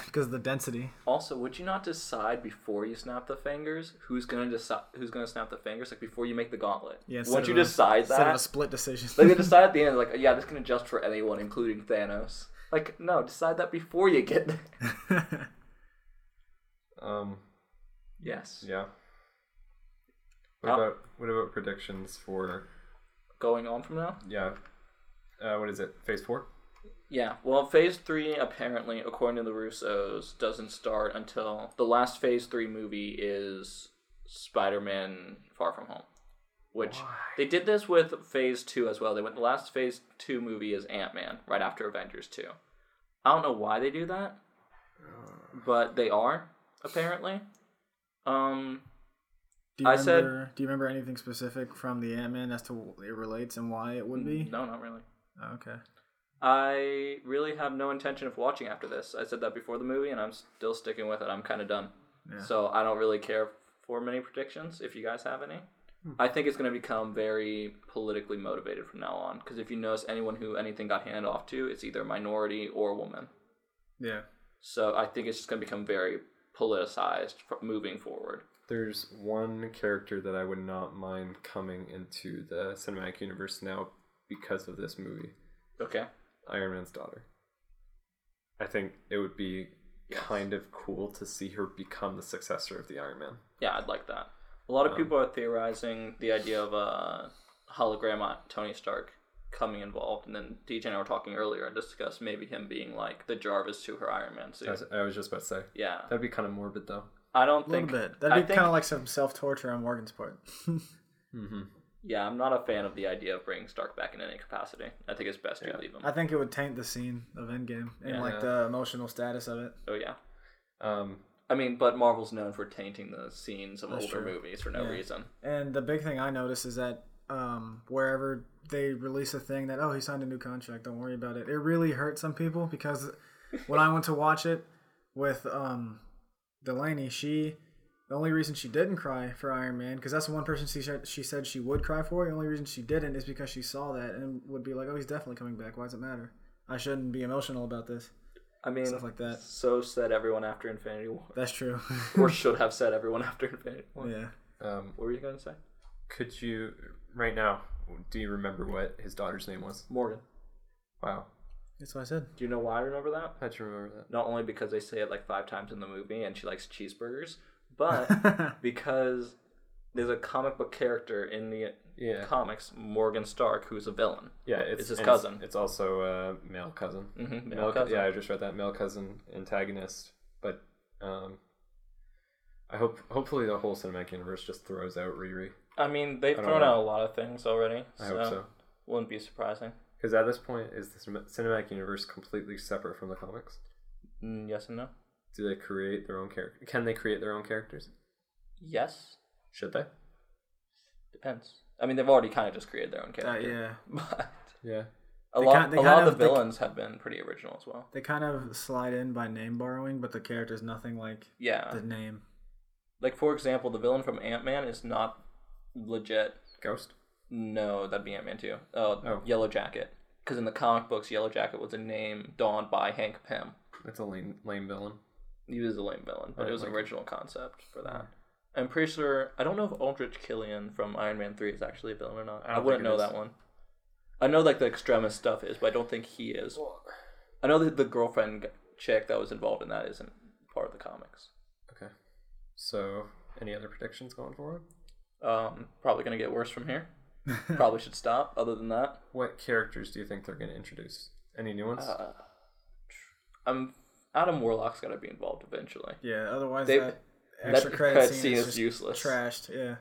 S2: because the density.
S1: Also, would you not decide before you snap the fingers who's gonna decide who's gonna snap the fingers? Like before you make the gauntlet.
S2: Yeah, instead
S1: Once you
S2: of a-
S1: decide
S2: Instead of a
S1: that,
S2: split decision.
S1: like they decide at the end, like yeah, this can adjust for anyone, including Thanos. Like no, decide that before you get there.
S3: Um.
S1: Yes.
S3: Yeah. What
S1: Uh,
S3: about what about predictions for
S1: Going on from now.
S3: yeah? Uh, what is it? Phase four.
S1: Yeah, well, phase three apparently, according to the Russos, doesn't start until the last phase three movie is Spider Man Far From Home. Which they did this with phase two as well. They went the last phase two movie is Ant Man, right after Avengers 2. I don't know why they do that, but they are, apparently. Um,
S2: do you
S1: I said-
S2: remember, Do you remember anything specific from the Ant Man as to what it relates and why it would be?
S1: no, not really.
S2: Oh, okay.
S1: I really have no intention of watching after this. I said that before the movie, and I'm still sticking with it. I'm kind of done. So I don't really care for many predictions if you guys have any. I think it's going to become very politically motivated from now on because if you notice anyone who anything got handed off to, it's either minority or woman.
S2: Yeah.
S1: So I think it's just going to become very politicized f- moving forward.
S3: There's one character that I would not mind coming into the cinematic universe now because of this movie.
S1: Okay.
S3: Iron Man's daughter. I think it would be kind of cool to see her become the successor of the Iron Man.
S1: Yeah, I'd like that. A lot of
S2: Um,
S1: people are theorizing the idea of a hologram on Tony Stark coming involved, and then DJ and I were talking earlier and discussed maybe him being like the Jarvis to her Iron Man
S3: I was,
S1: suit.
S3: I was just about to say
S1: Yeah,
S3: that'd be kind of morbid though.
S1: I don't
S2: A little
S1: think
S2: bit.
S1: I
S2: That'd be
S1: think-
S2: kind of like some self torture on Morgan's part.
S1: Yeah, I'm not a fan of the idea of bringing Stark back in any capacity. I think it's best you leave him.
S2: I think it would taint the scene of Endgame and like the emotional status of it.
S1: Oh yeah.
S3: Um,
S1: I mean, but Marvel's known for tainting the scenes of older
S2: true.
S1: movies for no reason.
S2: And the big thing I notice is that um, wherever they release a thing that oh he signed a new contract, don't worry about it. It really hurt some people because when I went to watch it with um, Delaney, she the only reason she didn't cry for Iron Man because that's the one person she said she said she would cry for. The only reason she didn't is because she saw that and would be like oh he's definitely coming back. Why does it matter? I shouldn't be emotional about this
S1: I mean,
S2: stuff like that.
S1: so said everyone after Infinity War,
S2: That's true.
S1: or should have said everyone after Infinity War.
S2: yeah.
S3: um,
S1: What were you gonna say,
S3: could you right now? Do you remember what his daughter's name was?
S1: Morgan?
S3: Wow,
S2: That's what I said.
S1: Do you know why I remember that?
S3: how'd you remember that?
S1: Not only because
S2: Uh,
S1: they say it like five times in the movie, and she likes cheeseburgers, but because there's a comic book character in the
S3: Yeah.
S1: comics, Morgan Stark, who's a villain.
S3: Yeah, it's,
S1: It's his
S3: and it's-
S1: cousin.
S3: It's, also a male cousin.
S1: Mhm, male
S3: male cou-
S1: cousin.
S3: Yeah, I just read that male cousin antagonist, but um, I hope hopefully the whole cinematic universe just throws out Riri.
S1: I mean, they've
S3: I don't
S1: thrown
S3: know.
S1: out a lot of things already, so,
S3: I hope so,
S1: wouldn't be surprising.
S3: because at this point, is the cin- cinematic universe completely separate from the comics?
S1: Mm, yes and no.
S3: Do they create their own character? Can they create their own characters?
S1: Yes,
S3: Should they?
S1: depends. I mean, they've already kind of just created their own
S2: Uh,
S1: character,
S2: yeah,
S1: but
S3: Yeah.
S1: a
S2: They
S1: lot,
S2: kind- they
S1: a
S2: kind
S1: lot of
S2: of-
S1: the
S2: they-
S1: villains have been pretty original as well.
S2: they kind of slide in by name borrowing, but the character's nothing like
S1: Yeah,
S2: the name.
S1: like for example, the villain from Ant Man is not legit.
S3: Ghost.
S1: No, that'd be Ant Man too. Uh,
S3: Oh.
S1: Yellow Jacket, because in the comic books, Yellow Jacket was a name donned by Hank Pym.
S3: That's a lame, lame villain.
S1: He was a lame villain, but
S3: Right,
S1: it was an
S3: Oh, like- Hmm.
S1: original concept for that. I'm pretty sure. I don't know if Aldrich Killian from Iron Man Three is actually a villain or not.
S3: I
S1: I,
S3: don't
S1: wouldn't
S3: think
S1: know
S3: it is.
S1: that one. I know like the extremist stuff is, but I don't think he is. I know that the girlfriend g- chick that was involved in that isn't part of the comics.
S3: Okay. So, any other predictions going forward?
S1: Um, probably gonna get worse from here. probably should stop. Other than that,
S3: What characters do you think they're going to introduce? Any new ones?
S1: Uh, I'm Adam Warlock's gotta be involved eventually.
S2: Yeah, otherwise
S1: They-
S2: that extra
S1: that
S2: credit,
S1: credit
S2: scene,
S1: scene
S2: is,
S1: is
S2: just
S1: useless.
S2: Trashed. Yeah,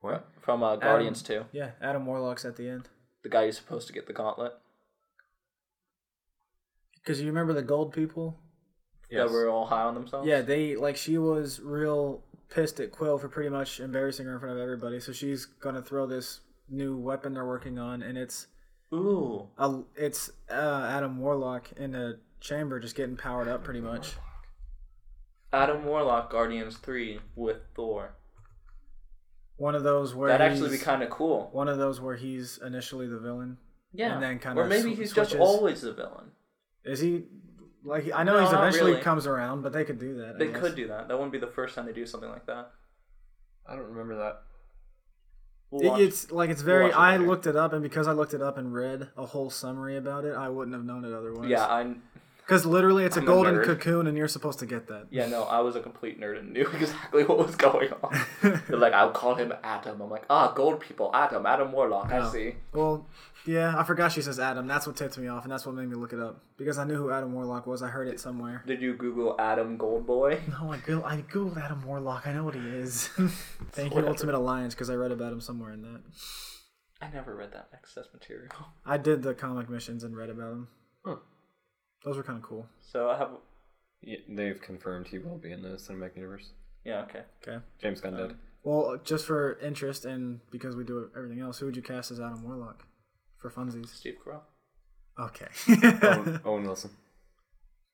S3: what?
S1: From uh, Guardians Two,
S2: yeah. Adam Warlock's at the end
S1: the guy who's supposed to get the gauntlet
S2: because you remember the gold people.
S3: Yes.
S1: that were all high on themselves.
S2: Yeah, they like she was real pissed at Quill for pretty much embarrassing her in front of everybody. So she's gonna throw this new weapon they're working on, and it's
S1: Ooh.
S2: a it's uh, Adam Warlock in a chamber just getting powered up pretty much.
S1: Adam Warlock Guardians 3 with Thor.
S2: One of those where
S1: That'd actually be
S2: he's-
S1: kind of cool.
S2: one of those where he's initially the villain.
S1: Yeah.
S2: And then kinda
S1: or maybe
S2: sw-
S1: he's just
S2: switches.
S1: always the villain.
S2: Is he like I know
S1: No,
S2: he's
S1: not
S2: eventually
S1: really.
S2: comes around, but they could do that. I
S1: They
S2: guess.
S1: could do that. That wouldn't be the first time they do something like that.
S3: I don't remember that.
S1: We'll
S2: It-
S1: watch.
S2: it's like it's very.
S1: watch it
S2: I
S1: later.
S2: looked it up, and because I looked it up and read a whole summary about it, I wouldn't have known it otherwise.
S1: yeah, I
S2: because literally, it's a
S3: I'm a
S2: golden
S3: nerd.
S2: cocoon, and you're supposed to get that.
S1: yeah no, I was a complete nerd and knew exactly what was going on. They're like, I'll call him Adam. I'm like, ah, gold people, Adam, Adam Warlock. I see.
S2: Well, yeah, I forgot she says Adam. That's what tipped me off, and that's what made me look it up because I knew who Adam Warlock was. I heard it somewhere.
S1: Did you Google Adam Goldboy?
S2: No, I, go- I googled Adam Warlock. I know what he is. Thank you, Ultimate Alliance, because I read about him somewhere in that.
S1: I never read that excess material.
S2: I did the comic missions and read about him.
S3: Huh.
S2: Those were kind of cool.
S1: So I have
S3: Yeah, they've confirmed he will be in the cinematic universe.
S1: yeah okay.
S2: Okay.
S3: James Gunn did.
S2: Well, just for interest and because we do everything else, who would you cast as Adam Warlock for funsies?
S1: Steve Carell.
S2: Okay, Oh.
S3: Owen, Owen Wilson.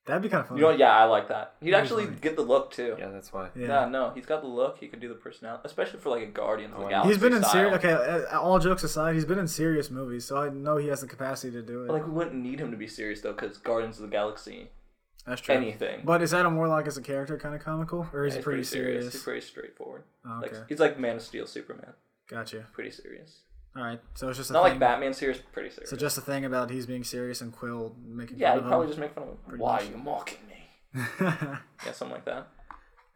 S2: that'd be kind of fun.
S1: Oh. You know, what? yeah, I like that. He'd actually get the look too.
S3: Yeah, that's why.
S2: yeah.
S1: Yeah, no, he's got the look. He could do the personality, especially for like a Guardians of the
S3: Oh, yeah.
S1: Galaxy.
S2: He's been in
S1: style.
S2: serious. Okay, uh, all jokes aside, he's been in serious movies, so I know he has the capacity to do it.
S1: Like we wouldn't need him to be serious though, because Guardians of the Galaxy,
S2: That's true.
S1: anything.
S2: But is Adam Warlock as a character kind of comical, or is
S1: Yeah,
S2: he pretty, serious?
S1: He's pretty straightforward.
S2: Oh,
S1: Like
S2: okay.
S1: he's like Man of Steel, Superman.
S2: Gotcha.
S1: Pretty serious.
S2: All right, so it's just a
S1: Not
S2: thing.
S1: like Batman serious, pretty serious.
S2: So just a thing about he's being serious and Quill making
S1: yeah,
S2: fun
S1: he'd
S2: of
S1: probably
S2: him.
S1: just make fun of him. Why are you mocking me? Yeah, something like that.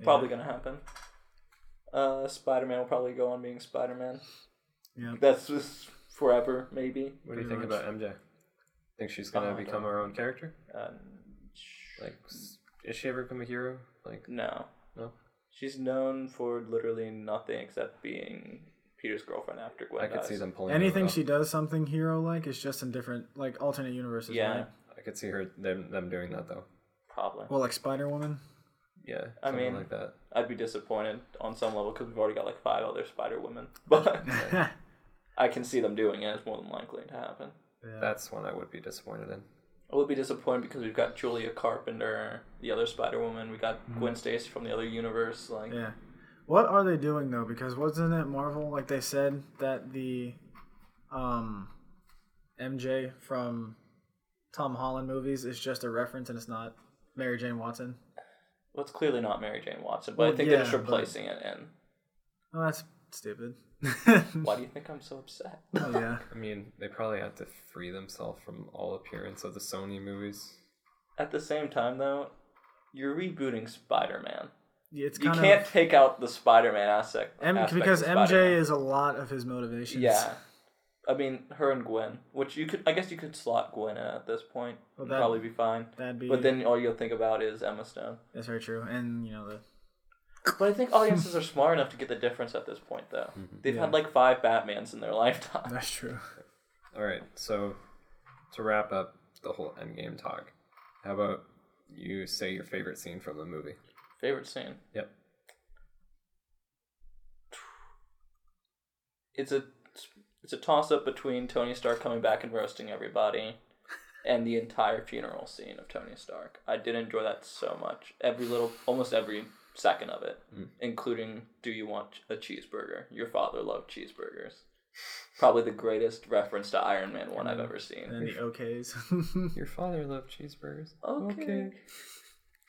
S1: Probably gonna happen. Uh, Spider Man will probably go on being Spider Man.
S2: Yeah.
S1: That's just forever, maybe.
S3: What do you think about MJ? Think she's
S1: Oh,
S3: gonna
S1: I
S3: become her own character?
S1: Um,
S3: Like, s- is she ever become a hero? Like,
S1: no.
S3: no.
S1: She's known for literally nothing except being Peter's girlfriend after Gwen
S3: I could
S1: dies.
S3: see them pulling. her
S2: Anything
S3: off.
S2: she does something hero like is just in different like alternate universes.
S1: Yeah,
S2: Right?
S3: I could see her them them doing that though.
S1: probably.
S2: Well, like Spider Woman.
S3: Yeah.
S1: I
S3: something
S1: mean-
S3: like that.
S1: I'd be disappointed on some level because we've already got like five other Spider Women, but I can see them doing it. It's more than likely to happen.
S3: That's one I would be disappointed in.
S1: I would be disappointed because we've got Julia Carpenter, the other Spider Woman. We got Gwen Stacy from the other universe. Like,
S2: Mm-hmm. Yeah. What are they doing though? Because wasn't it Marvel like they said that the um MJ from Tom Holland movies is just a reference and it's not Mary Jane Watson?
S1: well, it's clearly not Mary Jane Watson, but
S2: Well,
S1: I think
S2: yeah,
S1: they're just
S2: but-
S1: replacing it. And
S2: Oh, that's stupid.
S1: why do you think I'm so upset?
S2: Oh, yeah.
S3: I mean, they probably had to free themselves from all appearance of the Sony movies.
S1: At the same time, though, you're rebooting Spider Man.
S2: it's
S1: You
S2: kind
S1: can't
S2: of
S1: take out the Spider-Man aspect,
S2: M-
S1: aspect
S2: because
S1: of
S2: MJ
S1: Spider-Man.
S2: is a lot of his motivations.
S1: Yeah, I mean her and Gwen, which you could I guess you could slot Gwen in at this point,
S2: Well,
S1: It'd
S2: that-
S1: probably be fine.
S2: that'd be.
S1: But then all you'll think about is Emma Stone.
S2: that's very true. And you know the
S1: But I think audiences are smart enough to get the difference at this point, though. They've had like five Batmans in their lifetime.
S2: that's true.
S3: All right, so to wrap up the whole Endgame talk, how about you say your favorite scene from the movie?
S1: Favorite scene.
S3: Yep.
S1: It's a it's a toss up between Tony Stark coming back and roasting everybody, and the entire funeral scene of Tony Stark. I did enjoy that so much. Every little, almost every second of it, including "Do you want a cheeseburger?" Your father loved cheeseburgers. Probably the greatest reference to Iron Man one I've ever seen.
S2: And then the OKs.
S3: Your father loved cheeseburgers.
S1: Okay.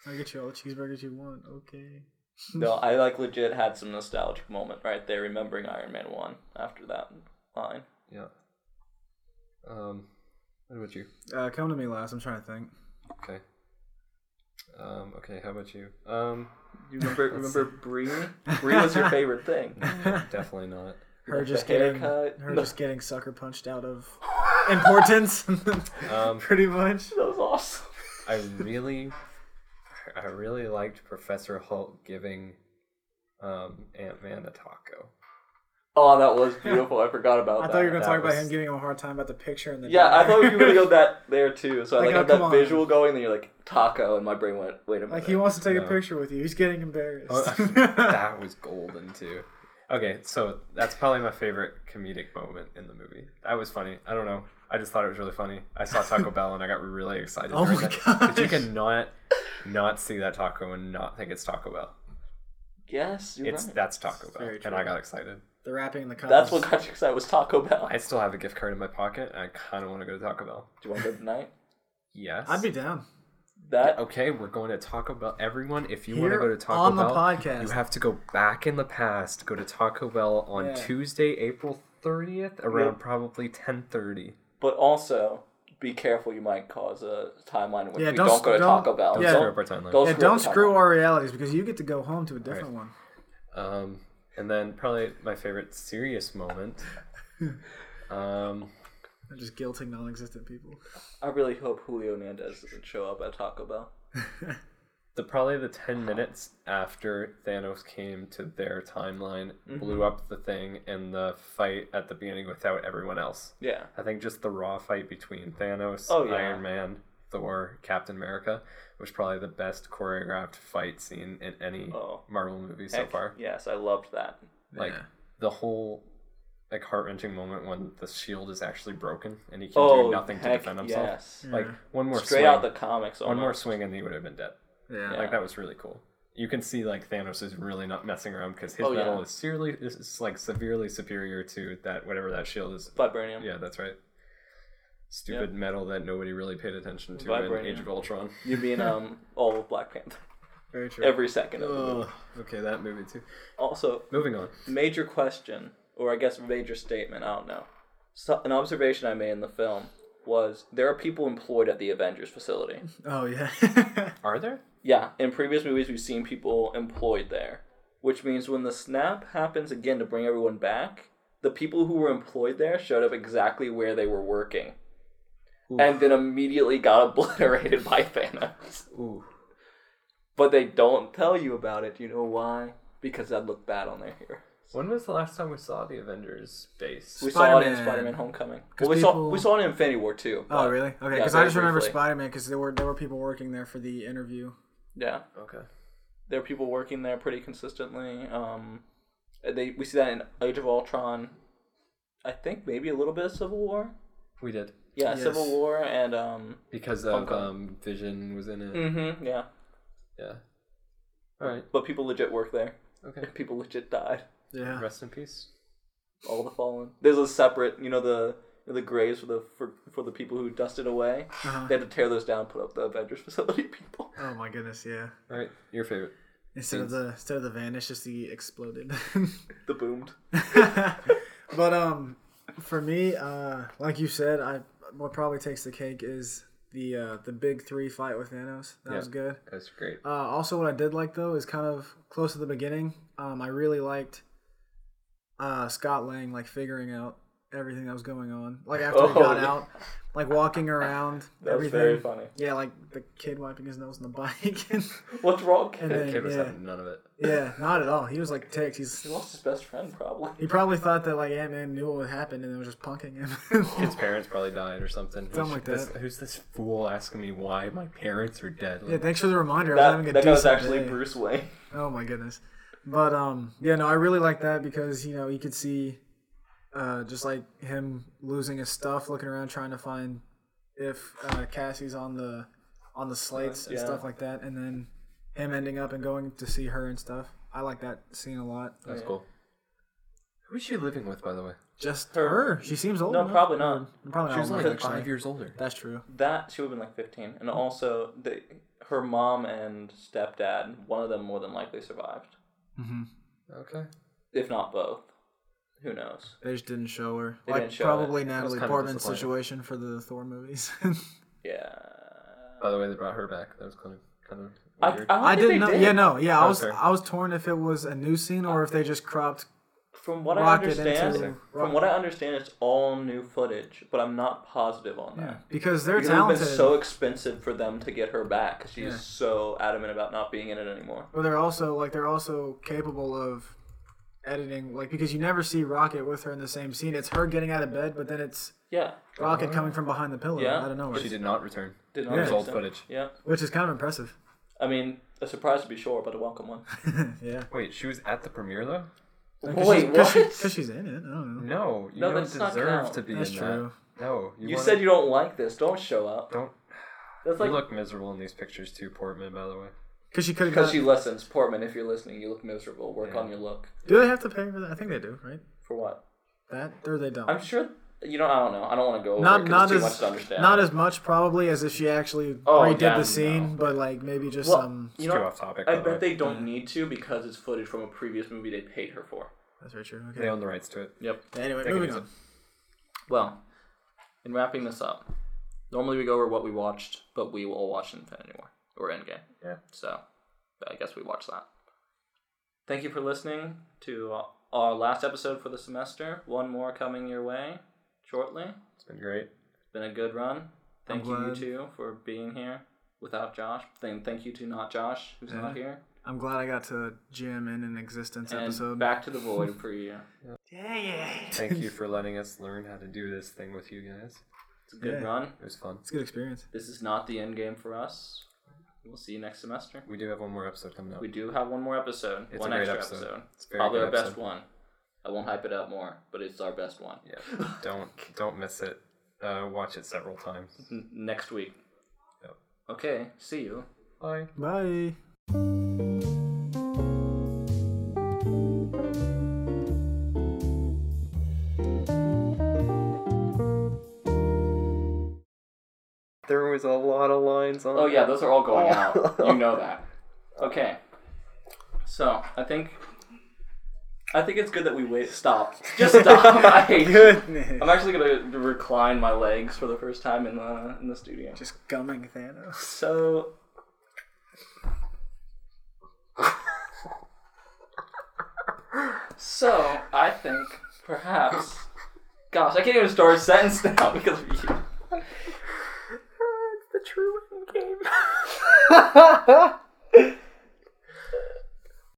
S2: I'll get you all the cheeseburgers you want. Okay.
S1: No, I like legit had some nostalgic moment right there, remembering Iron Man one after that line.
S3: Yeah. Um, what about you?
S2: Uh, come to me last. I'm trying to think.
S3: Okay. Um, okay, how about you? Um,
S1: You remember remember Bree? Bree was your favorite thing.
S3: definitely not.
S2: Her
S1: Like
S2: just
S1: the
S2: getting
S1: haircut.
S2: her just getting sucker punched out of importance.
S3: Um,
S2: Pretty much.
S1: That was awesome.
S3: I really, I really liked Professor Hulk giving um, Ant Man a taco.
S1: Oh, that was beautiful. I forgot about
S2: I
S1: that.
S2: thought you were gonna
S3: that
S2: talk about
S3: was-
S2: him giving him a hard time about the picture and the
S1: yeah, I
S2: diner.
S1: thought you were gonna go that there too. So I
S2: Like,
S1: like,
S2: oh,
S1: had
S2: come
S1: that
S2: on.
S1: visual going, and you're like taco, and my brain went, wait a minute.
S2: like he wants to take a
S3: No.
S2: picture with you. He's getting embarrassed.
S1: Oh,
S3: that was golden too. Okay, so that's probably my favorite comedic moment in the movie. That was funny. I don't know. I just thought it was really funny. I saw Taco Bell and I got really excited.
S2: Oh
S3: during
S2: my
S3: that. 'Cause You
S2: gosh.
S3: cannot not see that taco and not think it's Taco Bell.
S1: yes, you're
S3: It's
S1: right.
S3: that's Taco Bell,
S2: very
S3: and
S2: true.
S3: I got excited.
S2: the wrapping and the cups.
S1: That's what got you excited was Taco Bell.
S3: I still have a gift card in my pocket, and I kind of want to go to Taco Bell.
S1: Do you want to go tonight?
S3: Yes,
S2: I'd be down.
S1: That
S3: Okay, we're going to Taco Bell. Everyone, if you want to
S2: Here
S3: go to Taco
S2: on the
S3: Bell,
S2: podcast.
S3: you have to go back in the past. Go to Taco Bell on
S2: Yeah.
S3: Tuesday, April thirtieth, around
S1: Yep.
S3: probably ten thirty.
S1: but also be careful you might cause a timeline in which
S2: Yeah,
S1: we
S2: don't
S1: don't,
S2: sc-
S1: go to
S2: don't-
S1: Taco Bell.
S2: yeah.
S3: Screw up our timeline.
S1: Don't
S2: Yeah,
S1: screw
S2: don't
S1: up our
S2: screw
S1: timeline.
S2: our realities because you get to go home to a different one.
S3: Um, and then probably my favorite serious moment. um,
S2: I'm just guilting non-existent people.
S1: I really hope Julio Hernandez doesn't show up at Taco Bell.
S3: the probably the ten minutes after Thanos came to their timeline,
S2: Mm-hmm.
S3: blew up the thing, and the fight at the beginning without everyone else.
S1: Yeah.
S3: I think just the raw fight between Thanos,
S1: Oh, yeah.
S3: Iron Man, Thor, Captain America was probably the best choreographed fight scene in any
S1: Oh.
S3: Marvel movie so
S1: Heck,
S3: far.
S1: Yes, I loved that.
S3: Like
S2: Yeah.
S3: the whole like heart wrenching moment when the shield is actually broken and he can
S1: Oh,
S3: do nothing to
S1: heck
S3: defend himself.
S1: yes.
S3: Like
S2: Yeah.
S3: one more
S1: Straight
S3: swing,
S1: out the comics.
S3: one more
S1: almost.
S3: swing and he would have been dead.
S2: Yeah.
S3: Like that was really cool. You can see like Thanos is really not messing around because his
S1: Oh,
S3: metal
S1: yeah.
S3: is severely is- is like severely superior to that whatever that shield is
S1: Vibranium.
S3: yeah, that's right. Stupid metal that nobody really paid attention to in
S1: Vibranium.
S3: Age of Ultron.
S1: You mean um all of Black Panther?
S2: Very true.
S1: Every second of it.
S3: Ugh. okay, that movie too.
S1: Also,
S3: Moving on.
S1: major question, or I guess major statement, I don't know. So, an observation I made in the film was there are people employed at the Avengers facility.
S2: oh yeah.
S3: Are there?
S1: Yeah, in previous movies, we've seen people employed there, which means when the snap happens again to bring everyone back, the people who were employed there showed up exactly where they were working. And then immediately got obliterated by Thanos.
S3: Ooh.
S1: But they don't tell you about it. You know why? Because that'd look bad on their hero.
S3: When was the last time we saw the Avengers base?
S1: We saw it in
S2: Spider-Man.
S1: Spider-Man: Homecoming. Well, we
S2: people-
S1: saw we saw it in Infinity War too.
S2: oh
S1: but-
S2: really? Okay.
S1: Yeah,
S2: Because I
S1: very
S2: just remember
S1: briefly.
S2: Spider Man because there were there were people working there for the interview.
S1: Yeah,
S3: okay.
S1: there are people working there pretty consistently. Um, they we see that in Age of Ultron. I think maybe a little bit of Civil War.
S3: We did.
S1: Yeah,
S2: Yes.
S1: Civil War and um.
S3: Because of
S1: Homecoming.
S3: um, Vision was in it.
S1: Mm-hmm. Yeah,
S3: Yeah. Alright,
S1: but people legit work there.
S3: okay.
S1: People legit died.
S2: Yeah.
S3: Rest in peace.
S1: All the fallen. There's a separate, you know, the the graves for the for, for the people who dusted away.
S2: Uh-huh.
S1: They had to tear those down, put up the Avengers facility people.
S2: Oh my goodness. Yeah.
S3: Alright, your favorite.
S2: Instead of the instead of the vanish, just the exploded.
S1: The boomed.
S2: but um, for me, uh, like you said, I what probably takes the cake is the uh, the big three fight with Thanos. That
S3: Yeah.
S2: was good.
S3: That was great.
S2: Uh, also, what I did like though is kind of close to the beginning. Um, I really liked uh, Scott Lang like figuring out everything that was going on. Like after he got
S1: Oh.
S2: out, like walking around
S1: That was
S2: everything.
S1: very funny.
S2: Yeah, like the kid wiping his nose on the bike. and
S1: What's wrong, kid?
S2: then,
S3: Kid was
S2: yeah,
S3: having none of it.
S2: yeah, not at all. He was like ticked. He's
S1: He lost his best friend, probably.
S2: he probably thought that like Ant Man knew what would happen and they were just punking him.
S3: His parents probably died or something.
S2: Something like
S3: This-
S2: that.
S3: who's this fool asking me why my parents are dead?
S2: yeah,
S3: Like,
S2: thanks for the reminder. I was
S1: That,
S2: having a
S1: that guy was
S2: decent
S1: actually
S2: day.
S1: Bruce Wayne.
S2: Oh my goodness. But um yeah, no, I really like that because you know, you could see uh just like him losing his stuff, looking around trying to find if uh Cassie's on the on the slates and
S1: Yeah.
S2: stuff like that and then him ending up and going to see her and stuff. I like that scene a lot.
S3: That's cool. Who is she living with, by the way?
S2: Just
S1: Her.
S2: her. She seems old.
S1: No,
S2: enough.
S1: probably not.
S2: Probably
S3: She was
S2: not old
S3: like
S2: enough, actually.
S3: five years older.
S2: That's true.
S1: That she would have been like fifteen,
S2: Hmm.
S1: and also the, her mom and stepdad. One of them more than likely survived,
S2: hmm
S3: Okay.
S1: if not both. Who knows?
S2: They just didn't show her.
S1: They
S2: like
S1: didn't show
S2: probably
S1: it.
S2: Natalie
S3: kind of
S2: Portman's
S3: disappointing.
S2: situation for the Thor movies.
S1: Yeah.
S3: By the way, they brought her back. That was kind of kind
S1: I,
S3: of weird.
S1: I,
S2: I didn't know. Yeah, no, yeah. I
S3: Oh,
S2: was
S3: fair.
S2: I was torn if it was a new scene or if they just cropped.
S1: From what I
S2: Rocket
S1: understand,
S2: into-
S1: from what I understand, it's all new footage, but I'm not positive on that.
S2: because they're
S1: Because it would have
S2: talented.
S1: been so expensive for them to get her back because she's
S2: Yeah.
S1: so adamant about not being in it anymore.
S2: but they're also like they're also capable of editing, like because you never see Rocket with her in the same scene. It's her getting out of bed, but then it's
S1: Yeah,
S2: Rocket coming from behind the pillow.
S1: Yeah.
S2: I don't know,
S3: she did not return.
S1: did not
S2: Yeah.
S1: make
S3: It was old
S1: sense.
S3: footage.
S1: Yeah,
S2: which is kind of impressive.
S1: I mean, a surprise to be sure, but a welcome one.
S2: yeah.
S3: Wait, she was at the premiere though.
S1: Wait,
S2: Because
S1: what?
S2: she's in it. I don't know.
S3: No, you
S1: No,
S3: don't
S1: that's not
S3: deserve
S1: count.
S3: to be
S2: That's
S3: in
S2: true.
S3: that. No,
S1: You,
S3: wanna-
S1: said you don't like this. Don't show up.
S3: don't.
S1: That's
S3: You
S1: like
S3: look miserable in these pictures too, Portman. By the way,
S2: Because she could have.
S1: because she
S2: Got...
S1: listens, Portman. If you're listening, you look miserable. Work
S3: Yeah.
S1: on your look.
S2: Do they have to pay for that? I think they do, right?
S1: For what?
S2: That or they don't.
S1: I'm sure you don't. I don't know. I don't want to go over
S2: not
S1: it 'cause
S2: not
S1: it's too
S2: as
S1: much to understand.
S2: not as much probably as if she actually
S1: Oh,
S2: redid
S1: yeah,
S2: the scene,
S1: no.
S2: but like maybe just
S1: well,
S2: some.
S1: you
S3: too
S1: know,
S3: off topic.
S1: I
S3: by the
S1: bet
S3: way.
S1: they
S2: Mhm.
S1: don't need to because it's footage from a previous movie they paid her for.
S2: That's very true.
S3: they
S2: Okay.
S3: own the rights to it.
S1: Yep.
S2: Anyway,
S3: They can
S2: moving
S3: use
S2: on.
S3: it.
S4: Well, in wrapping this up, normally we go over what we watched, but we will watch Infinity War or Endgame.
S3: Yeah.
S4: So, I guess we watched that.
S1: Thank you for listening to uh, our last episode for the semester. One more coming your way shortly. It's
S3: It's been great.
S1: been a good run. Thank
S2: I'm
S1: you, you
S2: glad.
S1: two, for being here without Josh. Thank, thank you to not Josh, who's not here.
S2: I'm glad I got to jam in an existence
S1: And
S2: episode.
S1: back to the void for you.
S3: Thank you for letting us learn how to do this thing with you guys.
S1: It's a good
S2: Yeah.
S1: run.
S3: It was fun.
S2: It's a good experience.
S1: This is not the end game for us. We'll see you next semester.
S3: We do have one more episode coming up.
S1: We do have one more episode.
S3: It's
S1: one
S3: a great
S1: extra
S3: episode.
S1: episode.
S3: It's a very
S1: Probably
S3: good
S1: our best
S3: episode.
S1: one. I won't hype it up more, but it's our best one.
S3: Yeah. Don't don't miss it. Uh, watch it several times.
S1: N- next week.
S3: Yep.
S1: Okay, see you.
S3: Bye.
S2: Bye.
S3: There was a lot of lines on.
S1: Oh yeah, those are all going out. You know that. Okay. So I think I think it's good that we wait. Stop. Just stop. I hate you. I'm actually gonna recline my legs for the first time in the in the studio.
S2: Just gumming Thanos.
S1: So So I think perhaps gosh, I can't even start a sentence now because of you.
S3: the true end game.